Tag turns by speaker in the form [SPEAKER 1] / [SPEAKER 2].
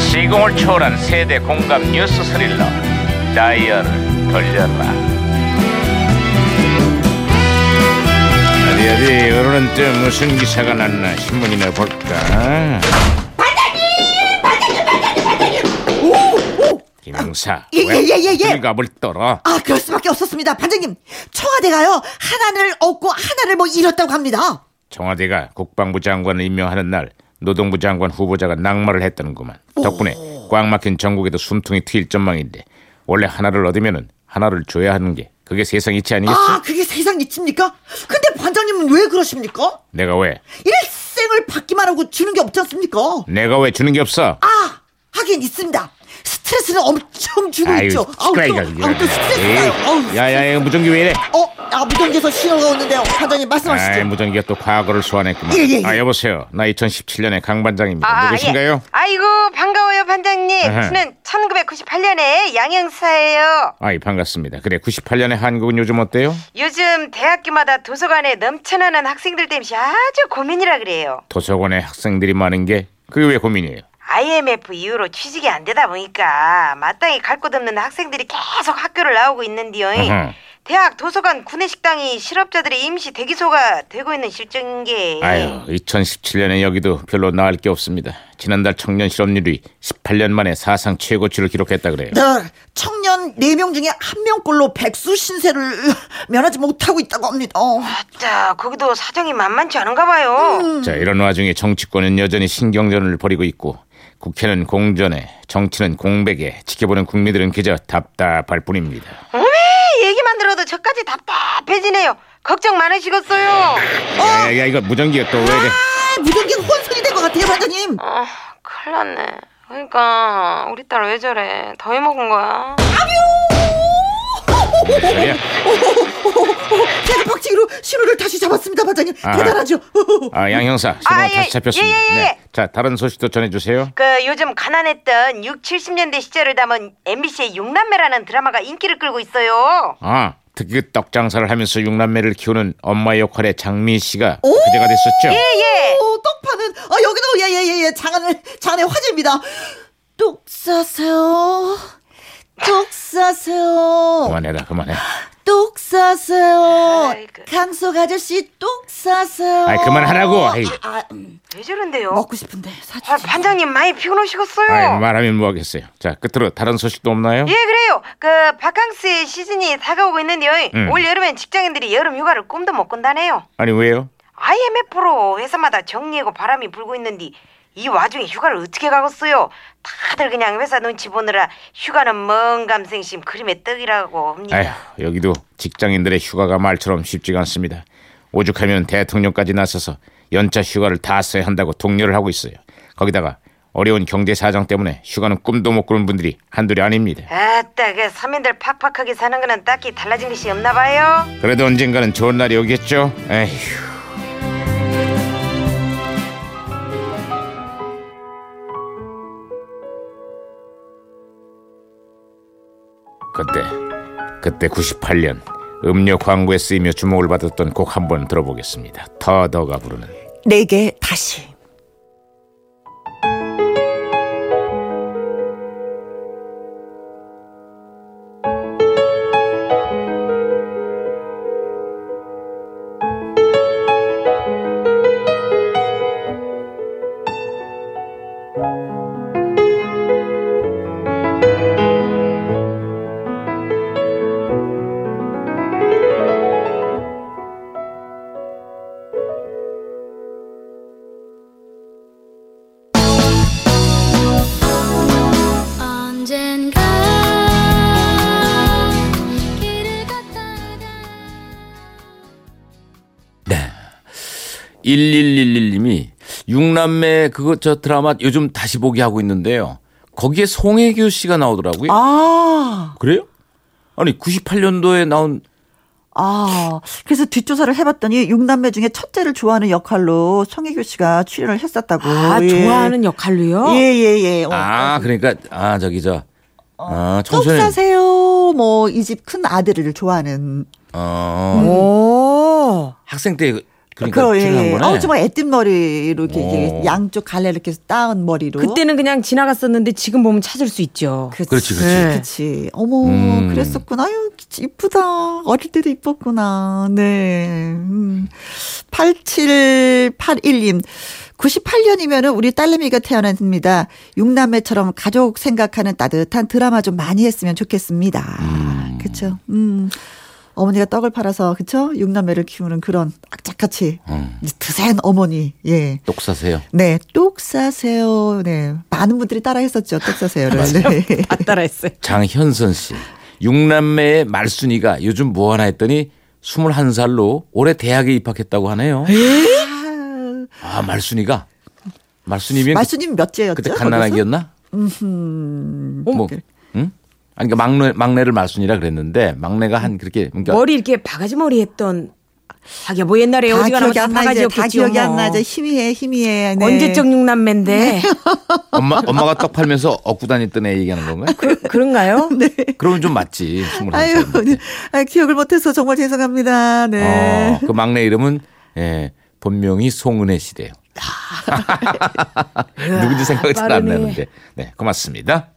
[SPEAKER 1] 시공을 초월한 세대 공감 뉴스 스릴러 다이얼을 돌려라 어디 어디 오늘은 또 무슨 기사가 났나 신문이나 볼까 김영사
[SPEAKER 2] 예,
[SPEAKER 1] 왜
[SPEAKER 2] 예, 예, 예.
[SPEAKER 1] 불갑을 떨어
[SPEAKER 2] 아, 그럴 수밖에 없었습니다. 반장님, 청와대가요, 하나를 얻고 하나를 뭐 잃었다고 합니다.
[SPEAKER 1] 청와대가 국방부 장관을 임명하는 날 노동부 장관 후보자가 낙마를 했다는구만. 덕분에 꽉 막힌 전국에도 숨통이 트일 전망인데 원래 하나를 얻으면은 하나를 줘야 하는 게 그게 세상 이치 아니겠어?
[SPEAKER 2] 아, 그게 세상 이치입니까? 근데 반장님은 왜 그러십니까?
[SPEAKER 1] 내가 왜?
[SPEAKER 2] 일생을 받기만 하고 주는 게 없지 않습니까?
[SPEAKER 1] 내가 왜 주는 게 없어?
[SPEAKER 2] 아, 하긴 있습니다. 스트레스는 엄청 주고
[SPEAKER 1] 아유,
[SPEAKER 2] 있죠. 아우,
[SPEAKER 1] 시끄러
[SPEAKER 2] 또,
[SPEAKER 1] 이거.
[SPEAKER 2] 아우, 또 스트레스.
[SPEAKER 1] 야야야 무전기 왜 이래?
[SPEAKER 2] 어, 아, 무전기에서 신호가 오는데요. 반장님, 말씀하시죠.
[SPEAKER 1] 아, 무전기가 또 과거를 소환했구만.
[SPEAKER 2] 예, 아, 예, 예.
[SPEAKER 1] 아, 여보세요. 나 2017년의 강 반장입니다.
[SPEAKER 3] 예.
[SPEAKER 1] 누구신가요?
[SPEAKER 3] 아이고 반가워요 반장님.
[SPEAKER 1] 아하.
[SPEAKER 3] 저는 1998년에 양형사예요.
[SPEAKER 1] 아이, 반갑습니다. 그래, 98년의 한국은 요즘 어때요?
[SPEAKER 3] 요즘 대학교마다 도서관에 넘쳐나는 학생들 땜시 아주 고민이라 그래요.
[SPEAKER 1] 도서관에 학생들이 많은 게 그게 왜 고민이에요?
[SPEAKER 3] IMF 이후로 취직이 안 되다 보니까 마땅히 갈 곳 없는 학생들이 계속 학교를 나오고 있는데요.
[SPEAKER 1] 아하.
[SPEAKER 3] 대학 도서관 구내식당이 실업자들의 임시 대기소가 되고 있는 실정인 게
[SPEAKER 1] 아유, 2017년에 여기도 별로 나을 게 없습니다. 지난달 청년 실업률이 18년 만에 사상 최고치를 기록했다 그래요.
[SPEAKER 2] 네, 청년 4명 중에 1명꼴로 백수 신세를 면하지 못하고 있다고 어. 아, 합니다.
[SPEAKER 3] 자 거기도 사정이 만만치 않은가 봐요.
[SPEAKER 1] 자, 이런 와중에 정치권은 여전히 신경전을 벌이고 있고 국회는 공전에, 정치는 공백에 지켜보는 국민들은 그저 답답할 뿐입니다.
[SPEAKER 3] 어메 얘기만 들어도 저까지 답답해지네요. 걱정 많으시겠어요.
[SPEAKER 1] 야, 야, 야, 이거 무전기가 또 왜 이래?
[SPEAKER 2] 아, 무전기 혼선이 된 것 같아요, 반장님.
[SPEAKER 3] 아 큰일 났네. 그러니까 우리 딸 왜 저래? 더위 먹은 거야?
[SPEAKER 1] 무슨 소리야?
[SPEAKER 2] 제가 박치기로 신호를 다시 잡았습니다, 반장님.
[SPEAKER 1] 아하.
[SPEAKER 2] 대단하죠.
[SPEAKER 1] 아, 양 형사, 신호가
[SPEAKER 3] 아, 예,
[SPEAKER 1] 다시 잡혔습니다.
[SPEAKER 3] 예, 예, 예.
[SPEAKER 1] 네. 자, 다른 소식도 전해주세요.
[SPEAKER 3] 그 요즘 가난했던 6, 70년대 시절을 담은 MBC의 육남매라는 드라마가 인기를 끌고 있어요.
[SPEAKER 1] 아, 특히 떡 장사를 하면서 육남매를 키우는 엄마 역할의 장미 씨가 그제가 됐었죠?
[SPEAKER 3] 예예.
[SPEAKER 2] 오, 떡 파는 아 여기도 예예예 예 장안을 장안의 화제입니다. 똑 사세요. 똑 사세요.
[SPEAKER 1] 그만해라, 그만해.
[SPEAKER 2] 똑 사세요.
[SPEAKER 3] 아이고.
[SPEAKER 2] 강석 아저씨 똑 사세요.
[SPEAKER 1] 아이, 그만하라고.
[SPEAKER 2] 아,
[SPEAKER 1] 아이.
[SPEAKER 2] 아, 음,
[SPEAKER 3] 왜 저런데요?
[SPEAKER 2] 먹고 싶은데 사주지.
[SPEAKER 3] 아, 반장님 많이 피곤하시겠어요.
[SPEAKER 1] 아이, 말하면 뭐하겠어요. 자, 끝으로 다른 소식도 없나요?
[SPEAKER 3] 예 그래요. 그 바캉스의 시즌이 다가오고 있는데요.
[SPEAKER 1] 음.
[SPEAKER 3] 올 여름엔 직장인들이 여름 휴가를 꿈도 못 꾼다네요.
[SPEAKER 1] 아니 왜요?
[SPEAKER 3] IMF로 회사마다 정리하고 바람이 불고 있는데 이 와중에 휴가를 어떻게 가겠어요? 다들 그냥 회사 눈치 보느라 휴가는 먼 감생심 그림의 떡이라고 합니다.
[SPEAKER 1] 아휴, 여기도 직장인들의 휴가가 말처럼 쉽지가 않습니다. 오죽하면 대통령까지 나서서 연차 휴가를 다 써야 한다고 독려를 하고 있어요. 거기다가 어려운 경제 사정 때문에 휴가는 꿈도 못 꾸는 분들이 한둘이 아닙니다.
[SPEAKER 3] 아따 그 서민들 팍팍하게 사는 거는 딱히 달라진 것이 없나 봐요.
[SPEAKER 1] 그래도 언젠가는 좋은 날이 오겠죠. 에휴. 그때 그때 98년 음료 광고에 쓰이며 주목을 받았던 곡 한 번 들어보겠습니다. 터더가 부르는
[SPEAKER 2] 내게 네 다시.
[SPEAKER 4] 언젠가 길을 걷다가
[SPEAKER 5] 1111님이 육남매 그거 저 드라마 요즘 다시 보기 하고 있는데요. 거기에 송혜교 씨가 나오더라고요.
[SPEAKER 2] 아,
[SPEAKER 5] 그래요? 아니 98년도에 나온
[SPEAKER 2] 아. 그래서 뒷조사를 해봤더니 육남매 중에 첫째를 좋아하는 역할로 성혜교 씨가 출연을 했었다고.
[SPEAKER 6] 아,
[SPEAKER 2] 예.
[SPEAKER 6] 좋아하는 역할로요?
[SPEAKER 2] 예, 예, 예. 어,
[SPEAKER 5] 아 그러니까 아 저기 저 아,
[SPEAKER 2] 똑
[SPEAKER 5] 청소년
[SPEAKER 2] 사세요. 뭐 이 집 큰 아들을 좋아하는
[SPEAKER 5] 어
[SPEAKER 6] 오.
[SPEAKER 5] 학생 때
[SPEAKER 1] 그러니까 출연한 거네.
[SPEAKER 2] 어, 정말 애띤 머리로 이렇게,
[SPEAKER 1] 오.
[SPEAKER 2] 이렇게 양쪽 갈래 이렇게 따은 머리로.
[SPEAKER 3] 그때는 그냥 지나갔었는데 지금 보면 찾을 수 있죠.
[SPEAKER 2] 그치.
[SPEAKER 1] 그렇지, 그렇지.
[SPEAKER 3] 네.
[SPEAKER 2] 그치. 어머,
[SPEAKER 1] 음.
[SPEAKER 2] 그랬었구나. 아유, 이쁘다. 어릴 때도 이뻤구나. 네. 음. 8781님. 98년이면은 우리 딸내미가 태어났습니다. 육남매처럼 가족 생각하는 따뜻한 드라마 좀 많이 했으면 좋겠습니다. 그쵸. 음. 어머니가 떡을 팔아서, 그쵸? 육남매를 키우는 그런 악착같이
[SPEAKER 1] 음.
[SPEAKER 2] 드센 어머니. 예.
[SPEAKER 1] 똑 사세요.
[SPEAKER 2] 네. 똑 사세요. 네. 많은 분들이 따라 했었죠. 똑 사세요를. 네.
[SPEAKER 3] 안 따라했어요.
[SPEAKER 1] 장현선 씨. 육남매의 말순이가 요즘 뭐 하나 했더니 21살로 올해 대학에 입학했다고 하네요. 아, 말순이가. 말순이면
[SPEAKER 2] 말수님 몇째였죠?
[SPEAKER 1] 그때 갓난아기였나?
[SPEAKER 2] 네.
[SPEAKER 1] 뭐, 응? 아니, 그러니까 막내, 막내를 말순이라 그랬는데 막내가 한 그렇게 그러니까
[SPEAKER 3] 머리 이렇게 바가지 머리 했던 하기야 뭐 옛날에
[SPEAKER 2] 거기서?
[SPEAKER 3] 어디가
[SPEAKER 2] 다 기억이 안
[SPEAKER 3] 나면 다
[SPEAKER 2] 나,
[SPEAKER 3] 바가지
[SPEAKER 2] 이제.
[SPEAKER 3] 였
[SPEAKER 2] 다
[SPEAKER 3] 겠
[SPEAKER 2] 기억이 안 나. 이제 희미해, 희미해. 네.
[SPEAKER 3] 언제적 육남매인데
[SPEAKER 1] 엄마 엄마가 떡 팔면서 얻고 다녔던 애 얘기하는 건가요?
[SPEAKER 3] 그런가요?
[SPEAKER 1] 그러면 좀 맞지. 21살.
[SPEAKER 2] 아유, 네. 아, 기억을 못해서 정말 죄송합니다. 네.
[SPEAKER 1] 어, 그 막내 이름은 예, 본명이 송은혜 씨래요. 누군지 생각이 잘 안
[SPEAKER 3] 빠르네.
[SPEAKER 1] 나는데. 네, 고맙습니다.